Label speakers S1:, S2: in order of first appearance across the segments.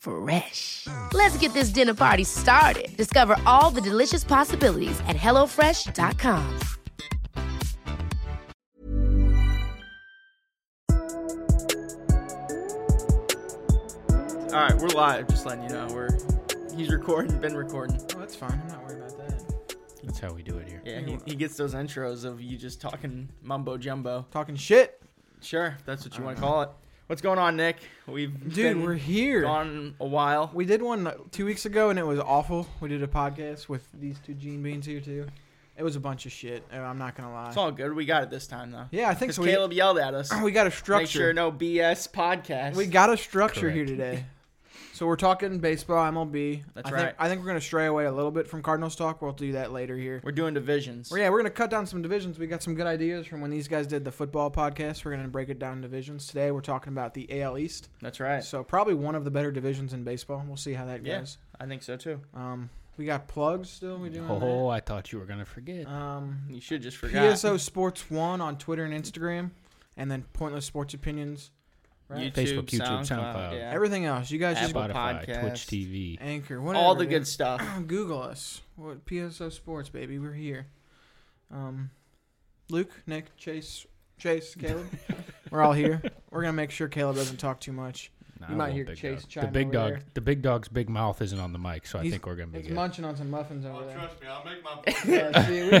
S1: Fresh. Let's get this dinner party started. Discover all the delicious possibilities at HelloFresh.com.
S2: All right, we're live. Just letting you know we're he's recording, been recording.
S3: Oh, that's fine. I'm not worried about that.
S4: That's how we do it here.
S2: Yeah, he, he gets those intros of you just talking mumbo jumbo.
S3: Talking shit.
S2: Sure, if that's what you want to call it. What's going on, Nick? We've
S3: Dude,
S2: been
S3: we're here.
S2: gone a while.
S3: We did one two weeks ago and it was awful. We did a podcast with these two Gene Beans here, too. It was a bunch of shit. uh, I'm not going to lie.
S2: It's all good. We got it this time though.
S3: Yeah, I think
S2: 'Cause
S3: so. We-
S2: Caleb yelled at us.
S3: we got a
S2: Make
S3: structure.
S2: sure no BS podcast.
S3: we got a structure here
S4: Correct.
S3: today. So we're talking baseball, MLB.
S2: That's
S3: I think,
S2: right.
S3: I think we're going to stray away a little bit from Cardinals talk. We'll do that later here.
S2: We're doing divisions.
S3: Well, yeah, we're going to cut down some divisions. We got some good ideas from when these guys did the football podcast. We're going to break it down in divisions. Today we're talking about the AL East.
S2: That's right.
S3: So probably one of the better divisions in baseball. We'll see how that
S2: Yeah.
S3: goes.
S2: I think so too.
S3: Um, we got plugs still. We doing
S4: Oh, I thought you were gonna forget.
S3: that. Um,
S2: You should just forget.
S3: PSO Sports One on Twitter and Instagram, and then Pointless Sports Opinions.
S2: YouTube,
S4: Facebook, YouTube,
S2: SoundCloud,
S4: SoundCloud.
S2: yeah.
S3: Everything else, you guys just
S2: Apple
S4: Spotify,
S2: Podcast.
S4: Twitch TV.
S3: anchor whatever.
S2: all the good
S3: dude.
S2: stuff.
S3: Google us. What PSO Sports, baby? We're here. Um, Luke, Nick, Chase, Chase, Caleb. We're all here. We're gonna make sure Caleb doesn't talk too much.
S4: Nah,
S3: You
S4: I
S3: might
S4: won't
S3: hear
S4: big
S3: Chase
S4: dog.
S3: chime
S4: The big
S3: over
S4: dog,
S3: there.
S4: the big dog's big mouth isn't on the mic, so I
S3: He's-
S4: think we're gonna be
S3: It's
S4: good.
S3: munching on some muffins over there.
S5: Oh, Trust me, I'll make my.
S3: Yeah, see, we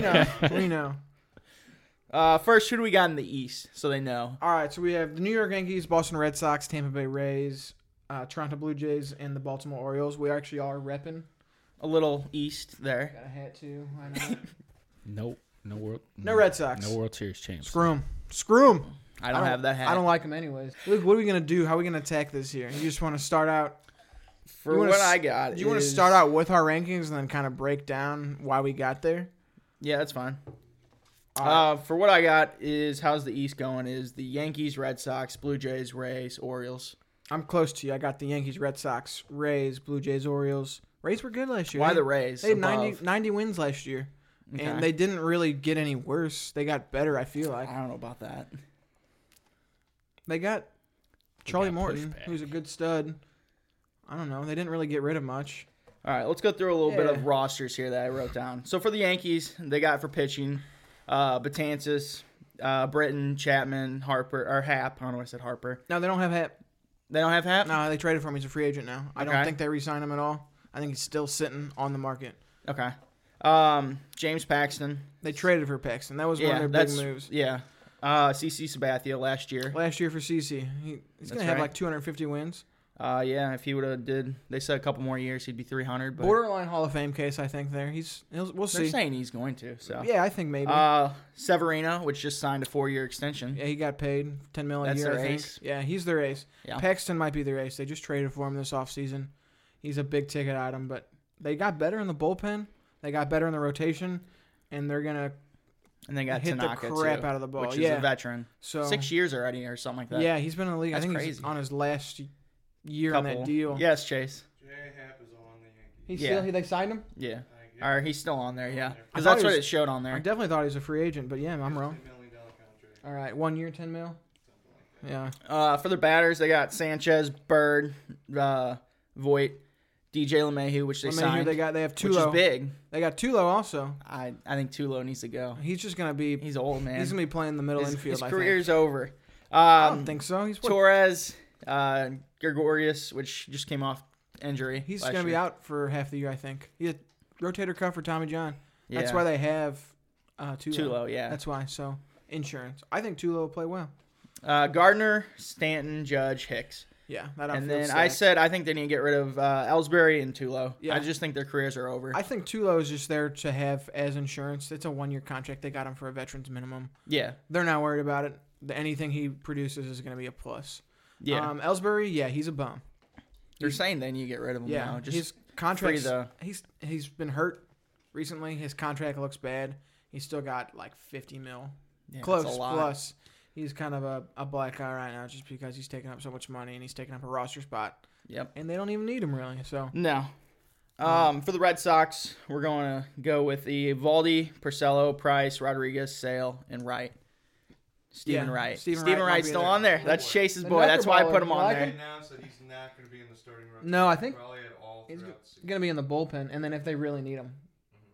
S3: know. We know.
S2: Uh, first, who do we got in the East? So they know.
S3: All right, so we have the New York Yankees, Boston Red Sox, Tampa Bay Rays, uh, Toronto Blue Jays, and the Baltimore Orioles. We actually are repping.
S2: A little East there.
S3: Got a hat too. I know.
S4: no, no world,
S3: No Red Sox.
S4: no World Series champs.
S3: Screw 'em. Screw 'em.
S2: I don't, have that hat.
S3: I don't like them anyways. Luke, what are we gonna do? How are we gonna attack this year? You just want to start out.
S2: For
S3: you wanna
S2: what
S3: s-
S2: I got,
S3: You want to
S2: is-
S3: start out with our rankings and then kind of break down why we got there.
S2: Yeah, that's fine. Uh, for what I got is how's the East going? Is the Yankees, Red Sox, Blue Jays, Rays, Orioles?
S3: I'm close to you. I got the Yankees, Red Sox, Rays, Blue Jays, Orioles. Rays were good last year.
S2: Why
S3: They-
S2: the Rays?
S3: They had
S2: above?
S3: 90, 90 wins last year,
S2: Okay.
S3: and they didn't really get any worse. They got better. I feel like
S2: I don't know about that.
S3: they got Charlie
S4: got
S3: Morton,
S4: pushback.
S3: who's a good stud. I don't know. They didn't really get rid of much.
S2: All right, let's go through a little bit of
S3: Yeah.
S2: rosters here that I wrote down. So for the Yankees, they got for pitching, uh, Batansis, uh, Britton, Chapman, Harper, or Hap. I don't know why I said Harper.
S3: No, they don't have Hap.
S2: They don't have Hap.
S3: No, they traded for him. He's a free agent now. I
S2: Okay.
S3: don't think they re-signed him at all. I think he's still sitting on the market.
S2: Okay. Um, James Paxton.
S3: They traded for Paxton. That was one
S2: Yeah,
S3: of their
S2: that's
S3: big moves
S2: yeah. Uh, CC Sabathia last year.
S3: last year for CC. He, he's gonna have
S2: right.
S3: like 250 wins,
S2: Uh, yeah, if he would have did, they said a couple more years, he'd be 300. But
S3: borderline Hall of Fame case. I think there. He's he'll, we'll
S2: they're
S3: see.
S2: saying he's going to. So
S3: Yeah, I think maybe.
S2: Uh, Severino, which just signed a four-year extension.
S3: Yeah, he got paid ten million
S2: That's
S3: a year.
S2: their
S3: I think.
S2: ace.
S3: Yeah, he's their ace.
S2: Yeah.
S3: Paxton might be their ace. They just traded for him this offseason. He's a big ticket item, but they got better in the bullpen. They got better in the rotation, and they're gonna
S2: And they got
S3: Hit the
S2: Tanaka
S3: crap
S2: too,
S3: out of the ball.
S2: which is
S3: Yeah.
S2: a veteran.
S3: so
S2: Six years already, or something like that.
S3: Yeah, he's been in the league.
S2: That's
S3: I think he's
S2: crazy.
S3: on his last year on
S2: Couple.
S3: that deal.
S2: Yes, Chase.
S5: Jay Happ is on the Yankees.
S3: He's
S2: Yeah.
S3: still they signed him.
S2: Yeah. Or he's still on there. Yeah,
S3: I
S2: because
S3: thought
S2: that's
S3: he
S2: what
S3: was-
S2: it showed on
S3: I
S2: there.
S3: definitely thought he was a free agent, but yeah, I'm wrong.
S5: Million dollar
S3: All right, one year, ten mil. Yeah,
S2: Uh, for the batters, they got Sanchez, Bird, uh, Voight, DJ LeMahieu, which they
S3: I mean, here
S2: signed,
S3: they got they have Tulo.
S2: which is big.
S3: They got Tulo also.
S2: I, I think Tulo needs to go.
S3: He's just gonna be he's,
S2: He's old, man.
S3: gonna be playing the middle
S2: his,
S3: infield.
S2: his
S3: I
S2: career's over. Um,
S3: Think. I don't think so. He's Oh, what,
S2: Torres, uh, Gregorius, which just came off injury.
S3: he's
S2: last
S3: gonna be
S2: year.
S3: out for half the year. I think. He had rotator cuff for Tommy John. That's
S2: Yeah.
S3: why they have uh, Tulo.
S2: Tulo, yeah.
S3: That's why. So insurance. I think Tulo will play well.
S2: Uh, Gardner, Stanton, Judge, Hicks.
S3: Yeah, that
S2: And
S3: outfield
S2: then I
S3: stack.
S2: said I think they need to get rid of uh, Ellsbury and Tulo.
S3: Yeah.
S2: I just think their careers are over.
S3: I think Tulo is just there to have as insurance. It's a one year contract. They got him for a veteran's minimum.
S2: yeah,
S3: They're not worried about it. The- Anything he produces is going to be a plus.
S2: yeah.
S3: Um, Ellsbury, yeah, he's a bum.
S2: They're saying then you get rid of him
S3: Yeah,
S2: now. Just
S3: his contract.
S2: the-
S3: He's he's been hurt recently. His contract looks bad. He's still got like fifty mil,
S2: yeah, it's
S3: close
S2: a lot.
S3: plus. He's kind of a, a black guy right now just because he's taking up so much money and he's taking up a roster spot.
S2: Yep.
S3: And they don't even need him really. So
S2: No.
S3: Uh.
S2: Um, for the Red Sox, we're going to go with the Valdi, Porcello, Price, Rodriguez, Sale, and Wright. Stephen
S3: Yeah,
S2: Wright.
S3: Stephen
S2: Stephen,
S3: Wright might
S2: Wright's
S3: be
S2: still
S3: there.
S2: on there. That's Chase's boy. That's why I put him
S3: Another
S2: on
S3: baller.
S5: They
S2: there.
S5: announced that he's not going to be in the starting rotation.
S3: no, I think
S5: Probably at all
S3: he's
S5: throughout the season.
S3: gonna be in the bullpen. And then if they really need him,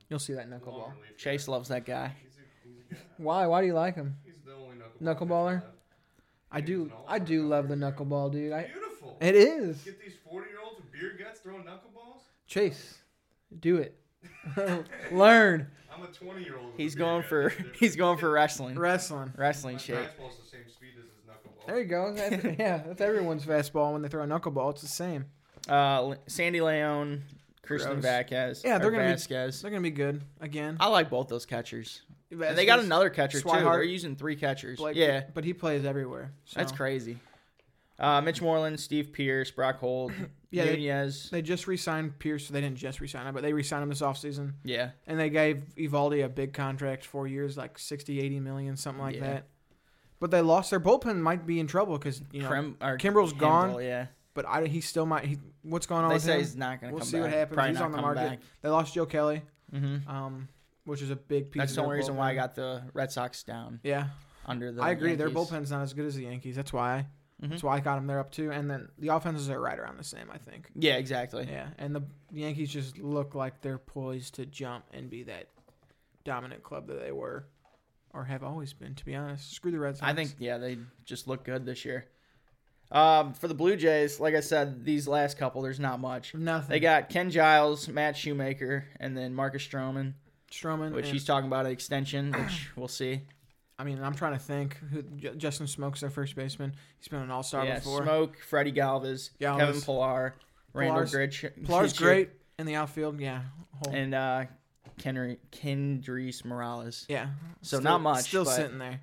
S3: you'll see that knuckleball.
S2: Chase loves that guy.
S3: Why? Why do you like him?
S5: He's the only knuckleball.
S3: Knuckleballer?
S5: pitcher left.
S3: I do. I do love the knuckleball, dude. I,
S5: Beautiful.
S3: it is
S5: Get these 40 year olds with beer guts throwing knuckleballs?
S3: Chase. Do it. Learn
S5: I'm a 20 year old.
S2: He's going for he's going for wrestling.
S3: wrestling.
S2: Wrestling
S5: My
S2: shake.
S5: fastball's the same speed as his knuckleball.
S3: There you go. That's, yeah, that's everyone's fastball when they throw a knuckleball. It's the same.
S2: Uh, Le- Sandy Leone, Christian
S3: Gross.
S2: Vasquez.
S3: Yeah, they're
S2: or
S3: gonna be-
S2: Vasquez.
S3: They're gonna be good again.
S2: I like both those catchers. And Uh, they got another catcher too.
S3: Swihart.
S2: They're using three catchers.
S3: Blake-
S2: yeah,
S3: but he plays everywhere. So.
S2: that's crazy. Uh, Mitch Moreland, Steve Pierce, Brock Holt,
S3: Yeah, they-
S2: Nunez.
S3: They just re-signed Pierce. So they didn't just re-sign him, but they re-signed him this offseason.
S2: yeah,
S3: and they gave Ivaldi a big contract, four years, like 60, 80 million, something like
S2: Yeah.
S3: that. But they lost their bullpen. Might be in trouble because you know
S2: Krem- or
S3: Kimbrel's
S2: Kimbrel,
S3: gone.
S2: Yeah,
S3: But I, he still might. He, what's going on
S2: they
S3: with
S2: say
S3: him?
S2: he's not going to
S3: we'll
S2: come
S3: see
S2: back.
S3: what happens.
S2: Probably
S3: he's
S2: not
S3: on the
S2: coming
S3: market.
S2: back.
S3: They lost Joe Kelly,
S2: Mm-hmm.
S3: um, which is a big piece.
S2: That's
S3: of
S2: the
S3: their
S2: only reason why I
S3: bullpen.
S2: got the Red Sox down
S3: Yeah,
S2: under the.
S3: I agree. Their
S2: Yankees. Mm-hmm.
S3: bullpen's not as good as the Yankees. That's why. That's why I got him there up too. And then the offenses are right around the same, I think.
S2: Yeah, exactly.
S3: Yeah, and the Yankees just look like they're poised to jump and be that dominant club that they were or have always been, to be honest. Screw the Red Sox.
S2: I think yeah, they just look good this year. Um, for the Blue Jays, like I said, these last couple, there's not much.
S3: nothing.
S2: They got Ken Giles, Matt Shoemaker, and then Marcus Stroman,
S3: Stroman.
S2: which
S3: and-
S2: he's talking about an extension, which we'll see.
S3: I mean, I'm trying to think. Who, J- Justin Smoke's their first baseman. He's been an all star
S2: yeah,
S3: before.
S2: Smoke, Freddie Galvez,
S3: Galvez.
S2: Kevin Pillar, Randall
S3: Pillar's-
S2: Gritch.
S3: Pilar's great in the outfield. Yeah. Whole,
S2: And uh, Kenry, Kendrys Morales.
S3: yeah.
S2: So not much,
S3: Still
S2: but-
S3: sitting there.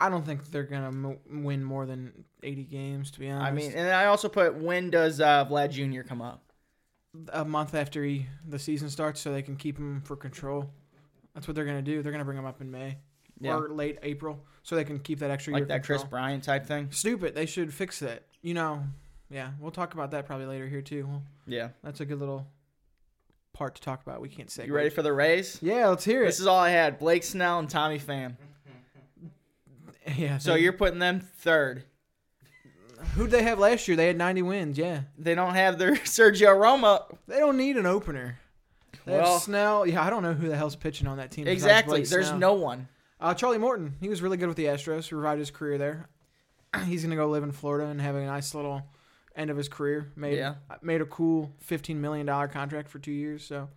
S3: I don't think they're going to mo- win more than 80 games, to be honest.
S2: I mean, and I also put when does uh, Vlad Jr. come up?
S3: a month after he, the season starts so they can keep him for control. That's what they're going to do. They're going to bring him up in May
S2: Yeah.
S3: or late April so they can keep that extra year
S2: Like that Chris
S3: control.
S2: Bryant type thing?
S3: Stupid. They should fix that. You know, yeah, we'll talk about that probably later here too. Well,
S2: Yeah.
S3: that's a good little part to talk about. We can't say.
S2: You ready for the Rays?
S3: Yeah, let's hear it.
S2: This is all I had. Blake Snell and Tommy Pham.
S3: yeah.
S2: So
S3: they-
S2: you're putting them third.
S3: who'd they have last year? They had 90 wins. Yeah,
S2: They don't have their Sergio Roma.
S3: they don't need an opener. They
S2: Well-
S3: have Snell. Yeah, I don't know who the hell's pitching on that team. besides
S2: Exactly.
S3: Blake
S2: There's
S3: Snell.
S2: no one.
S3: Uh, Charlie Morton, he was really good with the Astros, revived his career there. He's gonna go live in Florida and have a nice little end of his career. Made uh,
S2: Yeah.
S3: made a cool fifteen million dollar contract for two years. So,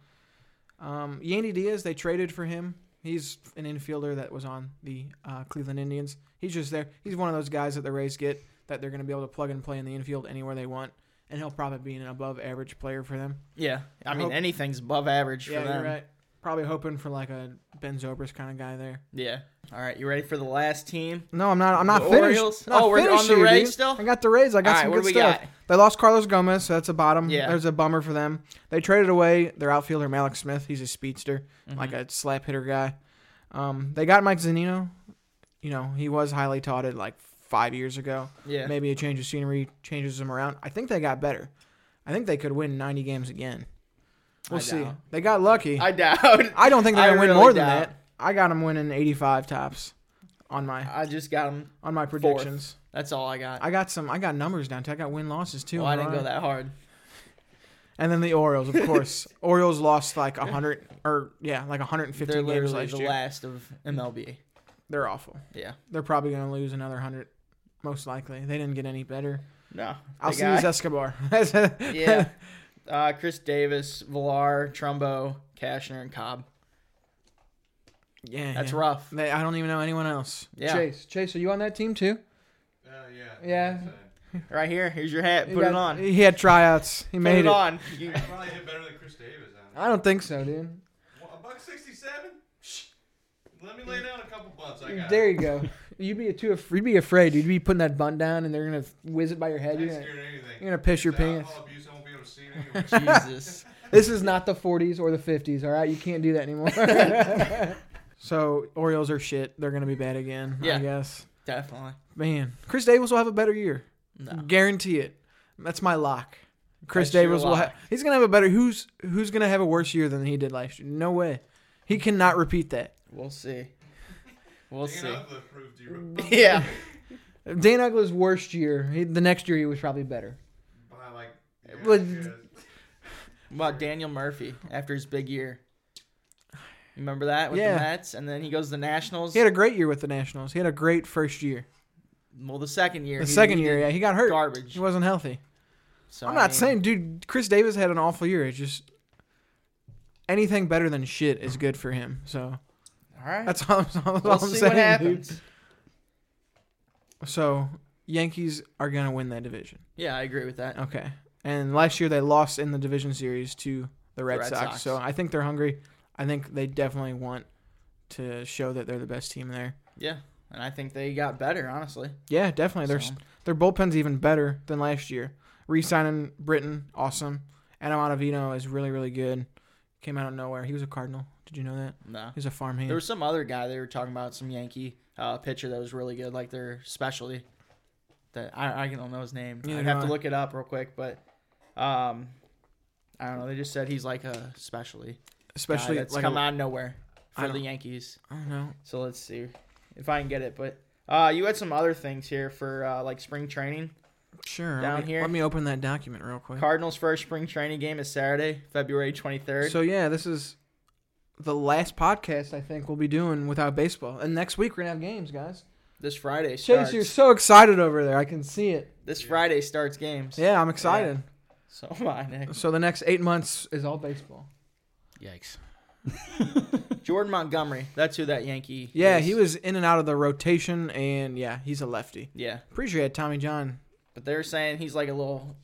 S3: um, Yandy Diaz, they traded for him. He's an infielder that was on the uh, Cleveland Indians. He's just there. He's one of those guys that the Rays get that they're gonna be able to plug and play in the infield anywhere they want, and he'll probably be an above average player for them.
S2: Yeah. I mean,
S3: hope-
S2: anything's above average for
S3: yeah,
S2: them.
S3: you're right. Probably hoping for like a Ben Zobrist kind of guy there.
S2: Yeah. All right. You ready for the last team?
S3: No, I'm not. I'm not
S2: The
S3: finished.
S2: Orioles?
S3: I'm not
S2: Oh, we're
S3: finished
S2: on the
S3: here,
S2: Rays
S3: dude.
S2: still?
S3: I got the Rays. I got
S2: All right,
S3: some
S2: what
S3: good
S2: do we
S3: stuff.
S2: got?
S3: They lost Carlos Gomez, so that's a bottom.
S2: Yeah.
S3: there's a bummer for them. They traded away their outfielder Malik Smith. He's a speedster,
S2: Mm-hmm.
S3: like a slap hitter guy. Um, they got Mike Zanino. You know, he was highly touted like five years ago.
S2: Yeah.
S3: Maybe a change of scenery changes them around. I think they got better. I think they could win 90 games again. We'll
S2: I
S3: see.
S2: doubt.
S3: They got lucky.
S2: I doubt.
S3: I don't think they're
S2: I
S3: gonna win
S2: really
S3: more than
S2: doubt.
S3: that. I got them winning 85 tops. on my
S2: I just got him.
S3: on my predictions.
S2: That's all I got.
S3: I got some. I got numbers down too. I got win losses too.
S2: well, I didn't
S3: Alright.
S2: go that hard.
S3: And then the Orioles, of course. Orioles lost like hundred or yeah, like 150
S2: They're
S3: games
S2: literally
S3: last
S2: the
S3: year.
S2: last of MLB.
S3: They're awful.
S2: Yeah.
S3: They're probably gonna lose another hundred, most likely. They didn't get any better.
S2: No.
S3: I'll
S2: the
S3: see you,
S2: guy-
S3: Escobar.
S2: Yeah. Uh, Chris Davis, Villar, Trumbo, Cashner, and Cobb.
S3: yeah,
S2: That's
S3: yeah.
S2: rough.
S3: They, I don't even know anyone else.
S2: Yeah.
S3: Chase, Chase, are you on that team too?
S5: Uh, yeah.
S3: Yeah.
S2: Right here. Here's your hat. Put
S3: He
S2: it
S3: got-
S2: on. Put
S3: He had tryouts. He made
S2: it
S3: it.
S2: on. You-
S5: Probably hit better than Chris Davis. I
S3: I don't think so, dude.
S5: don't know. A buck sixty-seven. Let me lay down a couple bunts. I got.
S3: There you go. You'd be too. Af- you'd be afraid. You'd be putting that bunt down, and they're gonna whiz it by your head.
S5: I
S3: You're
S5: ain't
S3: gonna,
S5: scared of anything.
S3: you're gonna piss your
S5: The
S3: pants.
S5: alcohol abuse, I won't be able to see it anyway.
S2: Jesus.
S3: This is not the 40s or the 50s. All right, you can't do that anymore. so Orioles are shit. They're gonna be bad again. I
S2: Yeah.
S3: guess.
S2: Definitely.
S3: Man, Chris Davis will have a better year.
S2: No.
S3: Guarantee it. That's my lock. Chris
S2: That's your
S3: Davis will
S2: lock.
S3: have. He's gonna have a better. Who's who's gonna have a worse year than he did last year? No way. He cannot repeat that.
S2: We'll see. We'll
S5: You
S2: see.
S5: know, the proved you
S2: Yeah.
S3: Dan Ugla's worst year. He, the next year he was probably better.
S5: by like. Yeah,
S3: Well,
S5: yeah.
S2: What about Daniel Murphy after his big year? Remember that with
S3: Yeah.
S2: the Mets, and then he goes to the Nationals.
S3: He had a great year with the Nationals. He had a great first year.
S2: well, the second year.
S3: The
S2: he-
S3: second
S2: he
S3: year,
S2: did
S3: yeah, he got hurt.
S2: Garbage.
S3: He wasn't healthy.
S2: So,
S3: I'm
S2: I
S3: not
S2: mean,
S3: saying, dude. Chris Davis had an awful year. It's just anything better than shit is good for him. So
S2: All right.
S3: that's all. I'm, that's all
S2: we'll
S3: I'm
S2: see
S3: saying,
S2: what happens.
S3: dude. So Yankees are gonna win that division.
S2: Yeah, I agree with that.
S3: Okay. And last year they lost in the division series to the Red,
S2: Red
S3: Sox.
S2: Sox.
S3: So I think they're hungry. I think they definitely want to show that they're the best team there.
S2: Yeah, and I think they got better, honestly.
S3: Yeah, definitely. Their s
S2: So-
S3: their bullpen's even better than last year. Resigning Britain, awesome. Adam Ottavino is really really good. Came out of nowhere. He was a Cardinal. Did you know that?
S2: No.
S3: He was a farmhand.
S2: There was some other guy they were talking about, some Yankee uh, pitcher that was really good, like their specialty. That I, I don't know his name.
S3: Neither
S2: I'd
S3: do
S2: have to
S3: I.
S2: look it up real quick, but um, I don't know. They just said he's like a specialty,
S3: Especially
S2: guy that's
S3: like
S2: come
S3: a-
S2: out of nowhere
S3: I
S2: for the
S3: don't-
S2: Yankees.
S3: I don't know.
S2: So let's see if I can get it. But uh, you had some other things here for uh, like spring training.
S3: Sure.
S2: Down
S3: let me,
S2: here.
S3: Let me open that document real quick.
S2: Cardinals' first spring training game is Saturday, February twenty third.
S3: So yeah, this is the last podcast I think we'll be doing without baseball. And next week we're gonna have games, guys.
S2: this Friday starts.
S3: Chase, you're so excited over there. I can see it.
S2: This Friday starts games.
S3: Yeah, I'm excited.
S2: So am I, Nick.
S3: So the next eight months is all baseball.
S4: Yikes.
S2: Jordan Montgomery. That's who that Yankee.
S3: Yeah,
S2: is.
S3: he was in and out of the rotation, and yeah, he's a lefty.
S2: Yeah,
S3: Pretty sure he had Tommy John.
S2: but they're saying he's like a little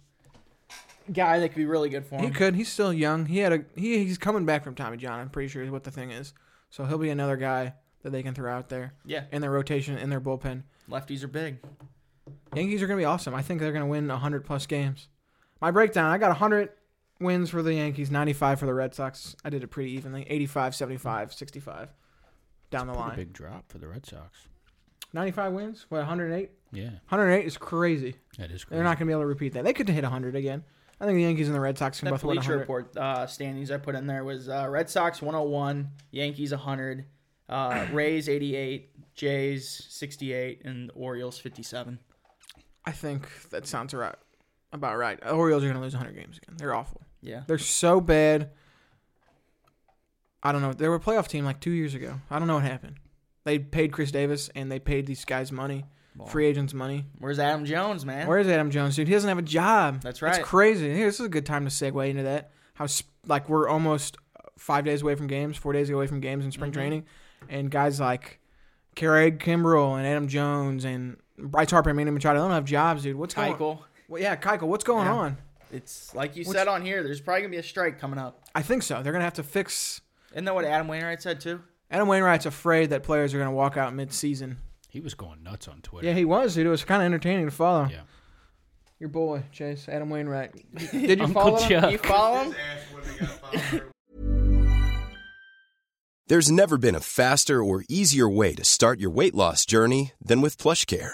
S2: guy that could be really good for
S3: He
S2: him.
S3: could. He's still young. He had a. He, he's coming back from Tommy John. I'm pretty sure is what the thing is. So he'll be another guy that they can throw out there
S2: Yeah,
S3: in their rotation, in their bullpen.
S2: lefties are big.
S3: Yankees are gonna be awesome. I think they're gonna win 100 plus games. My breakdown: I got 100 wins for the Yankees, 95 for the Red Sox. I did it pretty evenly: 85, 75, 65, down the
S4: Pretty
S3: line.
S4: big drop for the Red Sox.
S3: 95 wins. What 108?
S4: Yeah,
S3: 108 is crazy.
S4: that is crazy.
S3: They're not going to be able to repeat that. They could hit 100 again. I think the Yankees and the Red Sox can
S2: That
S3: both win
S2: Bleacher
S3: 100.
S2: Report uh, standings I put in there was uh, Red Sox 101, Yankees 100, uh, Rays 88, Jays 68, and Orioles 57.
S3: I think that sounds right. About right. Orioles are going to lose 100 games again. They're awful.
S2: Yeah,
S3: They're so bad. I don't know. They were a playoff team like two years ago. I don't know what happened. They paid Chris Davis and they paid these guys money, free agents money.
S2: where's Adam Jones, man?
S3: Where is Adam Jones, dude? He doesn't have a job.
S2: That's right.
S3: That's crazy. Here, this is a good time to segue into that. How sp- like we're almost five days away from games, four days away from games in spring
S2: Mm-hmm.
S3: training, and guys like Craig Kimbrell and Adam Jones and Bryce Harper and Manny Machado they don't have jobs, dude. What's going?
S2: Keuchel.
S3: Well, yeah, Keiko. What's going
S2: Yeah.
S3: on?
S2: It's like you said on here. There's probably gonna be a strike coming up.
S3: I think so. They're gonna have to fix.
S2: Isn't that what Adam Wainwright said too?
S3: Adam Wainwright's afraid that players are gonna walk out mid-season.
S4: He was going nuts on Twitter.
S3: Yeah, he was, dude. It was kind of entertaining to follow.
S4: Yeah.
S3: Your boy Chase Adam Wainwright. Did you
S4: Uncle
S3: follow him?
S4: Chuck.
S2: You follow him?
S5: His ass wouldn't have got fired.
S6: There's never been a faster or easier way to start your weight loss journey than with PlushCare.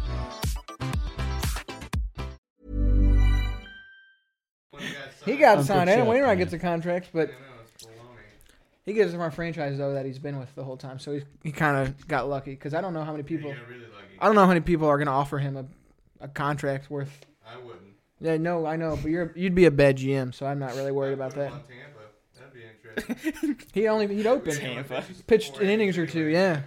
S3: He got signed.
S4: good
S3: Adam
S4: shit,
S3: Wainwright
S4: man.
S3: gets the contracts, but he gives him our franchise though that he's been with the whole time. So he's, he kind of got lucky because I don't know how many people. I don't know how many people are gonna offer him a, a contract worth.
S5: I wouldn't.
S3: Yeah, no, I know, but you're you'd be a bad GM, so I'm not really worried about that.
S5: On Tampa. That'd be interesting.
S3: He only he'd open, pitched an innings or two. Yeah,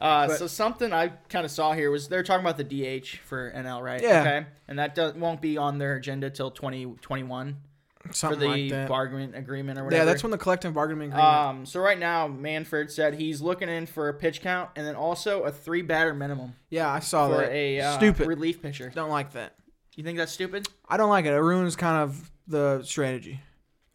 S2: Uh, so something I kind of saw here was they're talking about the DH for NL, right?
S3: Yeah.
S2: Okay. And that do- won't be on their agenda till 2021 for
S3: something
S2: the
S3: like that.
S2: bargain agreement or whatever.
S3: yeah, that's when the collective bargaining agreement.
S2: Um, so right now, Manfred said he's looking in for a pitch count and then also a three batter minimum
S3: yeah, I saw
S2: for
S3: Oh, that.
S2: a uh,
S3: Stupid.
S2: relief pitcher.
S3: don't like that.
S2: You think that's stupid?
S3: I don't like it. It ruins kind of the strategy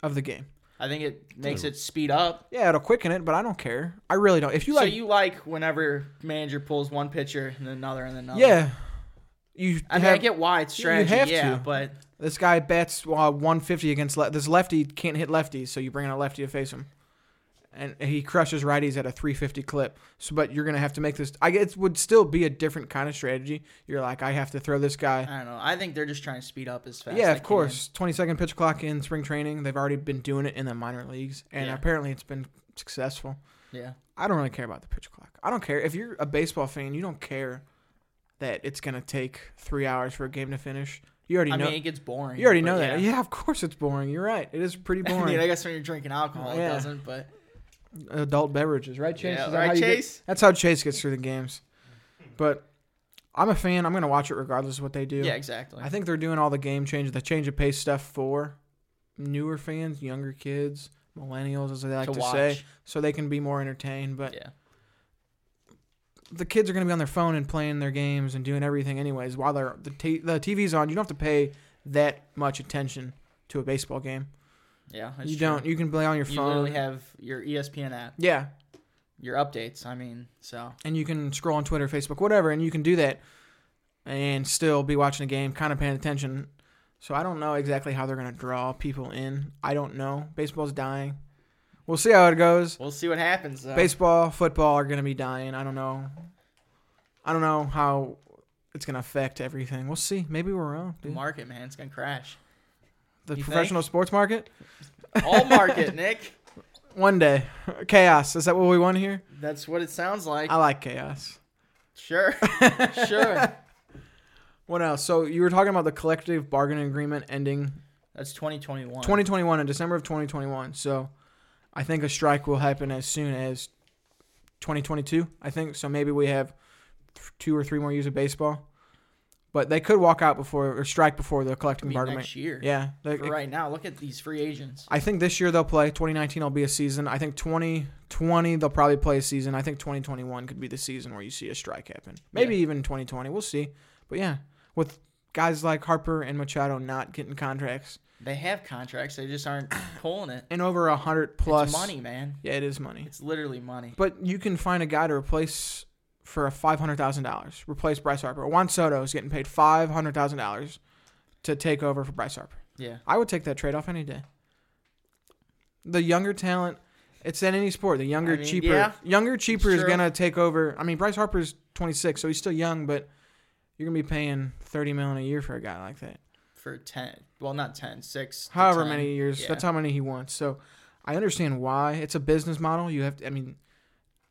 S3: of the game.
S2: I think it makes it speed up.
S3: Yeah, it'll quicken it, but I don't care. I really don't. If you
S2: So
S3: like,
S2: you like whenever manager pulls one pitcher and then another and then another.
S3: yeah, you.
S2: I mean, I
S3: have-
S2: get why it's strategy,
S3: have
S2: yeah,
S3: to.
S2: but
S3: This guy bats uh, 150 against le- this lefty can't hit lefties, so you bring in a lefty to face him, and he crushes righties at a 350 clip. So, but you're gonna have to make this. I guess it would still be a different kind of strategy. You're like, I have to throw this guy.
S2: I don't know. I think they're just trying to speed up as fast.
S3: Yeah,
S2: as
S3: of
S2: they
S3: course. 20 second pitch clock in spring training. They've already been doing it in the minor leagues, and
S2: Yeah.
S3: apparently it's been successful.
S2: can. Yeah.
S3: I don't really care about the pitch clock. I don't care if you're a baseball fan. You don't care that it's gonna take three hours for a game to finish. You already
S2: I
S3: know.
S2: mean, it gets boring.
S3: You already
S2: but
S3: know that. Yeah, of course it's boring. You're right. It is pretty
S2: I
S3: boring.
S2: mean, I guess when you're drinking alcohol, it
S3: Yeah.
S2: doesn't. But
S3: Adult beverages, right, Chase?
S2: Yeah,
S3: Is that
S2: right,
S3: how you get-
S2: Chase?
S3: that's how Chase gets through the games. But I'm a fan. I'm gonna watch it regardless of what they do.
S2: yeah, exactly.
S3: I think they're doing all the game change, the change of pace stuff for newer fans, younger kids, millennials, as they like
S2: To
S3: to, say,
S2: watch.
S3: so they can be more entertained. But
S2: yeah.
S3: the kids are going to be on their phone and playing their games and doing everything anyways while they're the, t- the TV's on. You don't have to pay that much attention to a baseball game.
S2: Yeah. that's
S3: you
S2: true.
S3: don't. You can play on your
S2: You
S3: phone.
S2: literally have your E ESPN app,
S3: yeah,
S2: your updates. I mean, so
S3: and you can scroll on Twitter, Facebook, whatever, and you can do that and still be watching a game, kind of paying attention. So I don't know exactly how they're going to draw people in. I don't know. Baseball's dying. We'll see how it goes.
S2: we'll see what happens. Though.
S3: Baseball, football are going to be dying. I don't know. I don't know how it's going to affect everything. We'll see. Maybe we're wrong.
S2: The
S3: dude.
S2: market, man, it's gonna crash.
S3: the
S2: You
S3: professional sports market
S2: All market, Nick.
S3: one day chaos is that what we want here
S2: That's what it sounds like.
S3: i like chaos
S2: sure, sure.
S3: what else so you were talking about the collective bargaining agreement ending
S2: That's 2021.
S3: 2021 in december of 2021 so i think a strike will happen as soon as 2022 i think so maybe we have th- two or three more years of baseball but they could walk out before or strike before the collective
S2: I mean,
S3: bargaining
S2: next year.
S3: yeah they-
S2: For right now, look at these free agents.
S3: I think this year they'll play. 2019 will be a season. I think 2020 they'll probably play a season. I think 2021 could be the season where you see a strike happen. Maybe even 2020. We'll see. But yeah, with guys like Harper and Machado not getting contracts
S2: They have contracts. They just aren't pulling it.
S3: and over a hundred plus
S2: It's money, man.
S3: Yeah, it is money.
S2: It's literally money.
S3: But you can find a guy to replace for five hundred thousand dollars. Replace Bryce Harper. Juan Soto is getting paid five hundred thousand dollars to take over for Bryce Harper.
S2: Yeah.
S3: I would take that trade off any day. The younger talent, it's in any sport. The younger,
S2: I mean,
S3: cheaper,
S2: yeah.
S3: younger, cheaper
S2: It's
S3: is
S2: true.
S3: gonna take over. I mean, Bryce Harper's 26, so he's still young, but you're gonna be paying 30 million a year for a guy like that.
S2: for 10 well not 10 6 to
S3: However
S2: 10.
S3: many years,
S2: Yeah.
S3: that's how many he wants. So I understand why it's a business model. You have, to, I mean,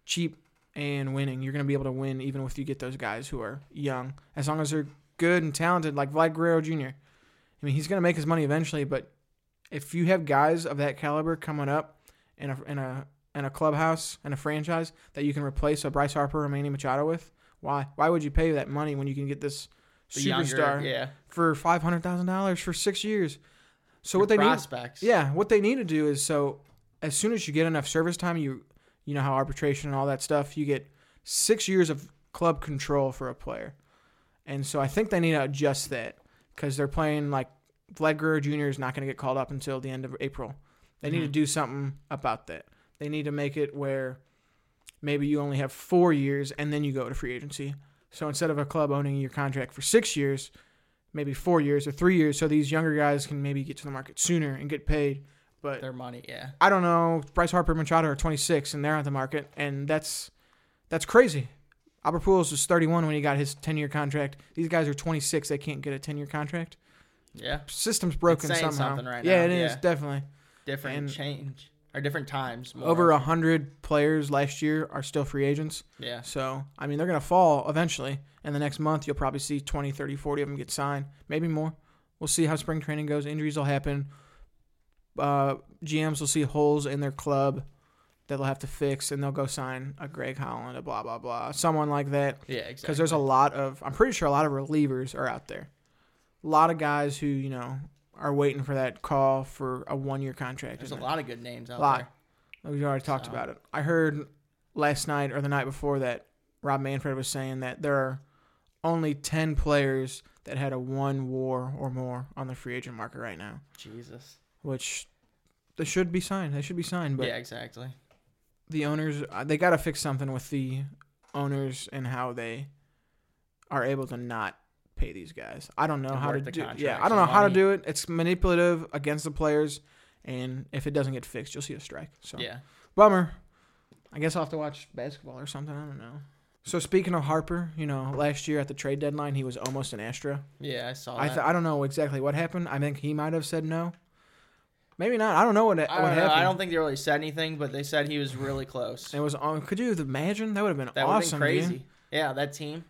S3: cheap and winning. You're gonna be able to win even if you get those guys who are young, as long as they're good and talented, like Vlad Guerrero Jr. I mean, he's going to make his money eventually, but if you have guys of that caliber coming up in a in a in a clubhouse and a franchise that you can replace a Bryce Harper or Manny Machado with, why why would you pay that money when you can get this
S2: The younger-
S3: superstar
S2: yeah.
S3: for five hundred thousand dollars for six years. So what they
S2: prospects.
S3: need, yeah, what they need to do is so as soon as you get enough service time, you you know how arbitration and all that stuff, you get six years of club control for a player, and so I think they need to adjust that because they're playing like Vlad Guerrero Jr. is not going to get called up until the end of April. They need to do something about that. They need to make it where maybe you only have four years and then you go to free agency. So instead of a club owning your contract for six years, maybe four years or three years, so these younger guys can maybe get to the market sooner and get paid. But
S2: Their money, yeah.
S3: I don't know, Bryce Harper and Machado are 26 and they're on the market, and that's that's crazy. Albert Pujols was 31 when he got his 10 year contract. These guys are 26; they can't get a 10 year contract.
S2: Yeah.
S3: System's broken
S2: saying
S3: somehow.
S2: something right
S3: yeah,
S2: now,
S3: it is
S2: yeah.
S3: definitely.
S2: Different
S3: And-
S2: change. Or different times. More.
S3: Over a hundred players last year are still free agents.
S2: Yeah.
S3: So, I mean, they're going to fall eventually. And the next month, you'll probably see 20, 30, 40 of them get signed, maybe more. We'll see how spring training goes. Injuries will happen. Uh, GMs will see holes in their club that they'll have to fix, and they'll go sign a Greg Holland, a blah, blah, blah, someone like that.
S2: Yeah, exactly.
S3: Because there's a lot of, I'm pretty sure a lot of relievers are out there. A lot of guys who, you know, are waiting for that call for a one year contract.
S2: There's
S3: and
S2: a lot of good names out
S3: lot.
S2: there.
S3: We already talked about it. I heard last night or the night before that Rob Manfred was saying that there are only 10 players that had a one war or more on the free agent market right now,
S2: Jesus.
S3: which they should be signed. They should be signed, but
S2: yeah, exactly.
S3: the owners, uh, they got to fix something with the owners and how they are able to not pay these guys. I don't know
S2: And
S3: how to
S2: work the
S3: do Yeah,
S2: contracts
S3: I don't know
S2: and
S3: how to
S2: money.
S3: do it. It's manipulative against the players, and if it doesn't get fixed, you'll see a strike. So
S2: Yeah.
S3: Bummer. I guess I'll have to watch basketball or something. I don't know. So speaking of Harper, you know, last year at the trade deadline, he was almost an Astra.
S2: Yeah, I saw
S3: I
S2: that.
S3: th- I don't know exactly what happened. I think he might have said no. Maybe not. I don't know what
S2: I
S3: what
S2: don't, know.
S3: happened.
S2: I don't think they really said anything, but they said he was really close.
S3: It was on. Could you imagine? That would have been
S2: That would have
S3: awesome.
S2: been
S3: dude.
S2: crazy. Yeah, that team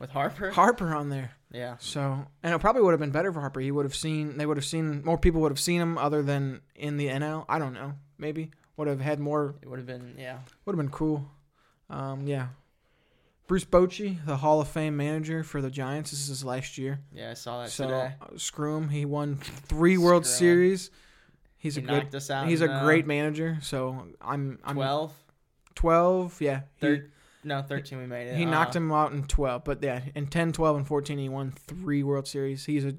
S2: with Harper.
S3: Harper on there.
S2: yeah.
S3: So, and it probably would have been better for Harper. He would have seen. They would have seen more people would have seen him other than in the NL. I don't know. Maybe would have had more
S2: It would have been, yeah.
S3: Would have been cool. Um, yeah. Bruce Bochy, the Hall of Fame manager for the Giants. This is his last year.
S2: Yeah, I saw that
S3: So
S2: today.
S3: uh, screw him. He won three World
S2: Screw him.
S3: Series. He's
S2: He
S3: a
S2: knocked
S3: good.
S2: us out
S3: he's
S2: in,
S3: a
S2: uh,
S3: great manager. So I'm I'm
S2: 12?
S3: 12, Yeah, he,
S2: Thir- no, 13 we made it.
S3: he knocked
S2: Uh,
S3: him out in twelve. But yeah, in 10, 12, and fourteen, he won three World Series. He's a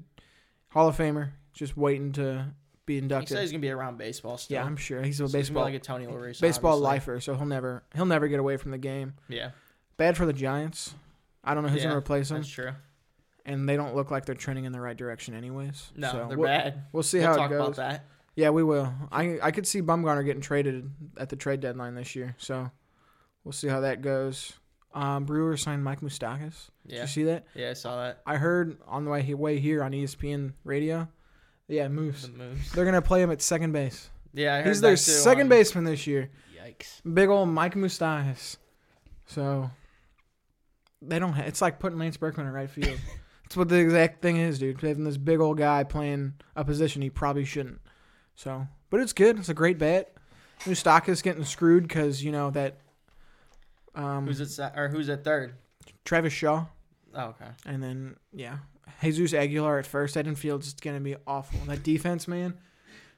S3: Hall of Famer, just waiting to be
S2: He said
S3: inducted.
S2: he's going to be around baseball still.
S3: yeah, I'm sure he's a
S2: So he's more
S3: baseball
S2: like a Tony La Russa,
S3: baseball
S2: obviously.
S3: lifer. So he'll never he'll never get away from the game.
S2: Yeah.
S3: Bad for the Giants. I don't know who's
S2: yeah,
S3: gonna replace them,
S2: That's true.
S3: and they don't look like they're trending in the right direction, anyways.
S2: No,
S3: So
S2: they're
S3: we'll,
S2: bad.
S3: We'll see
S2: We'll
S3: how
S2: talk
S3: it
S2: about
S3: goes.
S2: that.
S3: Yeah, we will. I I could see Bumgarner getting traded at the trade deadline this year, so we'll see how that goes. Um, Brewer signed Mike Moustakas. Did
S2: Yeah.
S3: you see that?
S2: Yeah, I saw that.
S3: I heard on the way he- way here on E ESPN radio. Yeah,
S2: The
S3: Moose.
S2: moves.
S3: They're gonna play him at second base.
S2: Yeah, I heard
S3: He's their
S2: that too
S3: second
S2: on-
S3: baseman this year.
S4: Yikes.
S3: Big old Mike Mustakas. So they don't. Ha- it's like putting Lance Berkman in right field. That's what the exact thing is, dude. Having this big old guy playing a position he probably shouldn't. So, but it's good. It's a great bet. Mustakas getting screwed because you know that um,
S2: Who's at se- or who's at third?
S3: Travis Shaw
S2: Oh, okay.
S3: and then yeah, Jesus Aguilar at first. That infield's gonna be awful. That defense, man.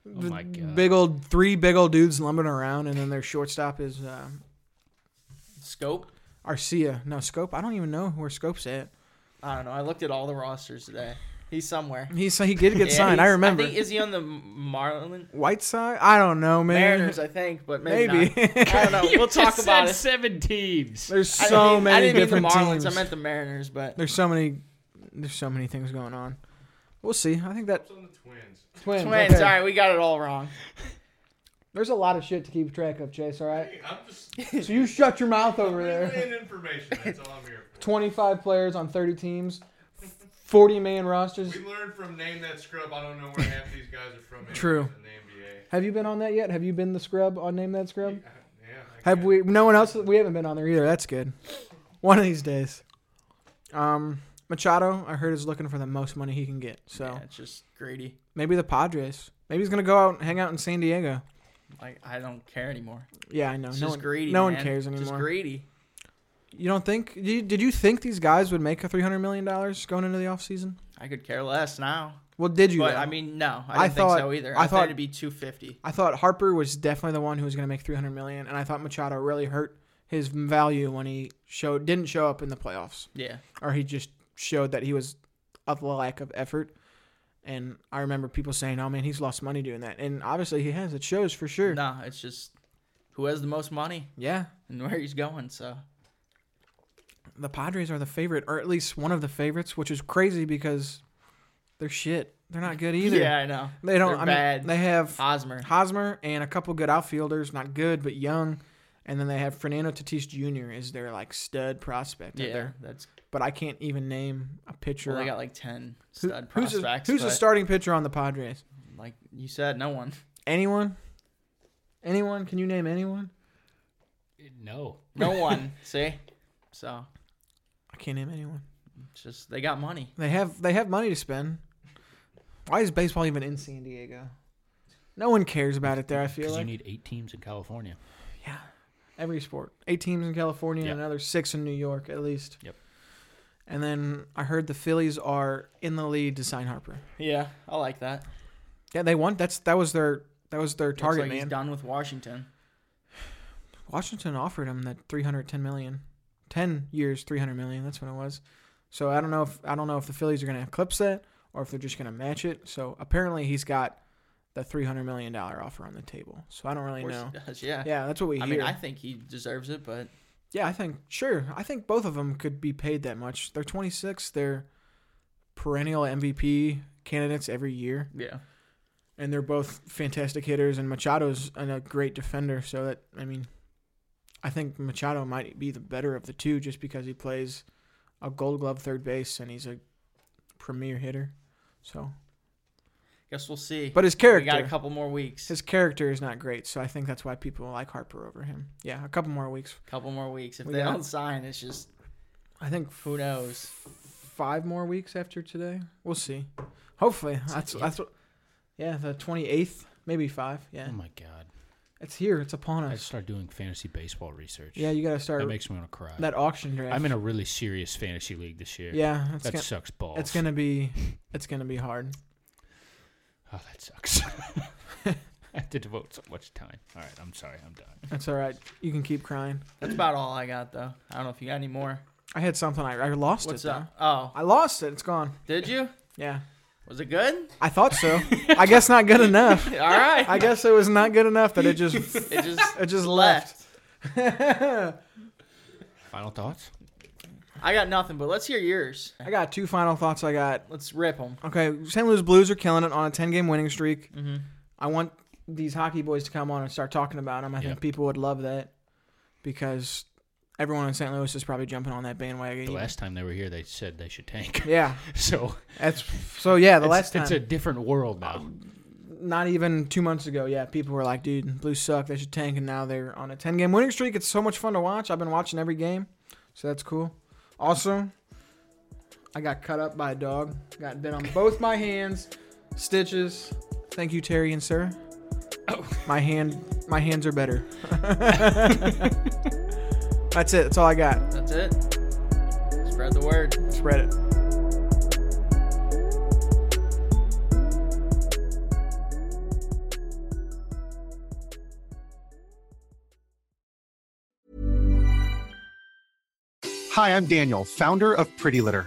S4: Oh my god.
S3: Big old three big old dudes lumbering around, and then their shortstop is. Um,
S2: Scope.
S3: Arcia. No, Scope. I don't even know where Scope's at.
S2: I don't know. I looked at all the rosters today. He's somewhere.
S3: He so he did get
S2: Yeah,
S3: signed. I
S2: he's-
S3: remember.
S2: think- is he on the Marlin
S3: White side? I don't know, man.
S2: Mariners? I think, but maybe.
S3: Maybe.
S2: not. I don't know.
S4: You
S2: we'll talk
S4: just
S2: about
S4: said
S2: it.
S4: seven teams.
S3: There's
S2: I
S3: so
S2: didn't-
S3: many
S2: I didn't
S3: different
S2: mean the Marlins.
S3: teams.
S2: I meant the Mariners, but
S3: there's so many. There's so many things going on. We'll see. I think that
S5: It's on the twins.
S3: twins.
S2: twins.
S3: okay.
S2: All right, we got it all wrong.
S3: There's a lot of shit to keep track of, Chase. All right.
S5: Hey, I'm just
S3: So you shut your mouth over there.
S5: relaying information. That's all I'm here for.
S3: 25 players on 30 teams, 40 man rosters.
S5: We learned from name that scrub. I don't know where half these guys are from. anyways,
S3: True.
S5: In the
S3: Have you been on that yet? Have you been the scrub on Name That Scrub?
S5: NBA. Yeah. I
S3: Have
S5: guess.
S3: we? No one else. We haven't been on there either. That's good. One of these days. Um, Machado, I heard is looking for the most money he can get. So
S2: Yeah, it's just greedy.
S3: maybe the Padres. Maybe he's gonna go out and hang out in San Diego.
S2: Like I don't care anymore.
S3: Yeah, I know.
S2: It's
S3: no
S2: just
S3: one,
S2: greedy.
S3: No one
S2: man.
S3: cares
S2: Just
S3: anymore.
S2: greedy.
S3: You don't think? Did you, did you think these guys would make a three hundred million dollars going into the offseason?
S2: I could care less now.
S3: Well, did you?
S2: But
S3: though?
S2: I mean, no, I
S3: I
S2: didn't think
S3: thought-
S2: so either.
S3: I
S2: I, thought
S3: thought-
S2: it'd be 250.
S3: I thought Harper was definitely the one who was going to make 300 million, and I thought Machado really hurt his value when he showed didn't show up in the playoffs,
S2: Yeah,
S3: or he just showed that he was of the lack of effort. And I remember people saying, "Oh man, he's lost money doing that," and obviously he has. It shows for sure.
S2: no, it's just who has the most money
S3: Yeah,
S2: and where he's going. So
S3: the Padres are the favorite, or at least one of the favorites, which is crazy because they're shit. They're not good either.
S2: yeah, I know
S3: they don't.
S2: They're
S3: I mean,
S2: bad.
S3: they have
S2: Hosmer.
S3: Hosmer and a couple good outfielders, not good but young, and then they have Fernando Tatis Jr. is their like stud prospect. Yeah.
S2: Yeah,
S3: There.
S2: that's
S3: But I can't even name a pitcher.
S2: well, they got like 10
S3: Who-
S2: stud
S3: who's the-
S2: prospects.
S3: who's the
S2: but
S3: starting pitcher on the Padres?
S2: Like you said, no one.
S3: Anyone? Anyone? Can you name anyone?
S4: No.
S2: No one. See? So
S3: I can't name anyone.
S2: it's just they got money.
S3: They have they have money to spend. Why is baseball even in San Diego? No one cares about it there. I feel
S4: Because
S3: like
S4: you need eight teams in California. Oh
S3: Yeah. Every sport. Eight teams in California
S4: Yeah.
S3: and another six in New York at least.
S4: Yep.
S3: And then I heard the Phillies are in the lead to sign Harper.
S2: Yeah, I like that. Looks
S3: Yeah, they want that's that was their that was their target
S2: like
S3: man.
S2: He's done with Washington.
S3: Washington offered him that 310 million. 10 years 300 million, that's what it was. So I don't know if I don't know if the Phillies are going to eclipse that or if they're just going to match it. So apparently he's got the 300 million dollar offer on the table. So I don't really
S2: Of course
S3: know.
S2: he does. Yeah.
S3: Yeah, that's what we
S2: I
S3: hear.
S2: mean, I think he deserves it, but
S3: Yeah, I think sure. I think both of them could be paid that much. They're 26. They're perennial MVP candidates every year,
S2: yeah,
S3: and they're both fantastic hitters. And Machado's an- a great defender, so that I mean, I think Machado might be the better of the two, just because he plays a Gold Glove third base and he's a premier hitter. So,
S2: guess we'll see.
S3: but his
S2: we got a
S3: character,
S2: couple more weeks.
S3: his character is not great. So I think that's why people like Harper over him. Yeah, a couple more weeks.
S2: couple more weeks. If
S3: We
S2: they
S3: got-
S2: don't sign, it's just
S3: I think
S2: who knows.
S3: five more weeks after today. We'll see. Hopefully, that's that's what. Yeah, the twenty eighth, maybe five. Yeah,
S4: Oh
S2: Hmm.
S4: my god.
S3: it's here. It's upon
S4: I
S3: us.
S4: start doing fantasy baseball research.
S3: Yeah, you gotta start
S4: that
S3: that,
S4: makes me want to cry.
S3: auction draft.
S4: I'm in a really serious fantasy league this year.
S3: yeah, it's
S4: that
S3: gonna,
S4: sucks balls.
S3: it's gonna be it's gonna be hard.
S4: Oh, that sucks. I have to devote so much time. All right, I'm sorry. I'm done.
S3: That's all right. You can keep crying.
S2: That's about all I got though. I don't know if you got any more.
S3: I had something. I, I lost
S2: What's
S3: it.
S2: up? Oh,
S3: Though. I lost it. It's gone.
S2: did you?
S3: Yeah,
S2: Was it good?
S3: I thought so. I guess not good enough.
S2: All right.
S3: I guess it was not good enough that it just
S2: It just
S3: it just left.
S2: left.
S4: Final thoughts?
S2: I got nothing, but let's hear yours.
S3: I got two final thoughts. I got
S2: Let's rip them.
S3: Okay, St. Louis Blues are killing it on a 10 game winning streak.
S2: Mm-hmm.
S3: I want these hockey boys to come on and start talking about them. I think
S4: Yep.
S3: people would love that because everyone in St. Louis is probably jumping on that bandwagon.
S4: The last time they were here, they said they should tank.
S3: yeah,
S4: So
S3: that's so. Yeah, the
S4: it's,
S3: last time,
S4: it's a different world now.
S3: not even two months ago, yeah, people were like, "Dude, Blues suck. They should tank." And now they're on a 10 game winning streak. It's so much fun to watch. I've been watching every game, so that's cool. Also, I got cut up by a dog. Got bit on both my hands, stitches. Thank you, Terry and Sarah.
S4: Oh.
S3: My hand, my hands are better. that's it. That's all I got.
S2: That's it. Spread the word.
S3: Spread it.
S7: Hi, I'm Daniel, founder of Pretty Litter.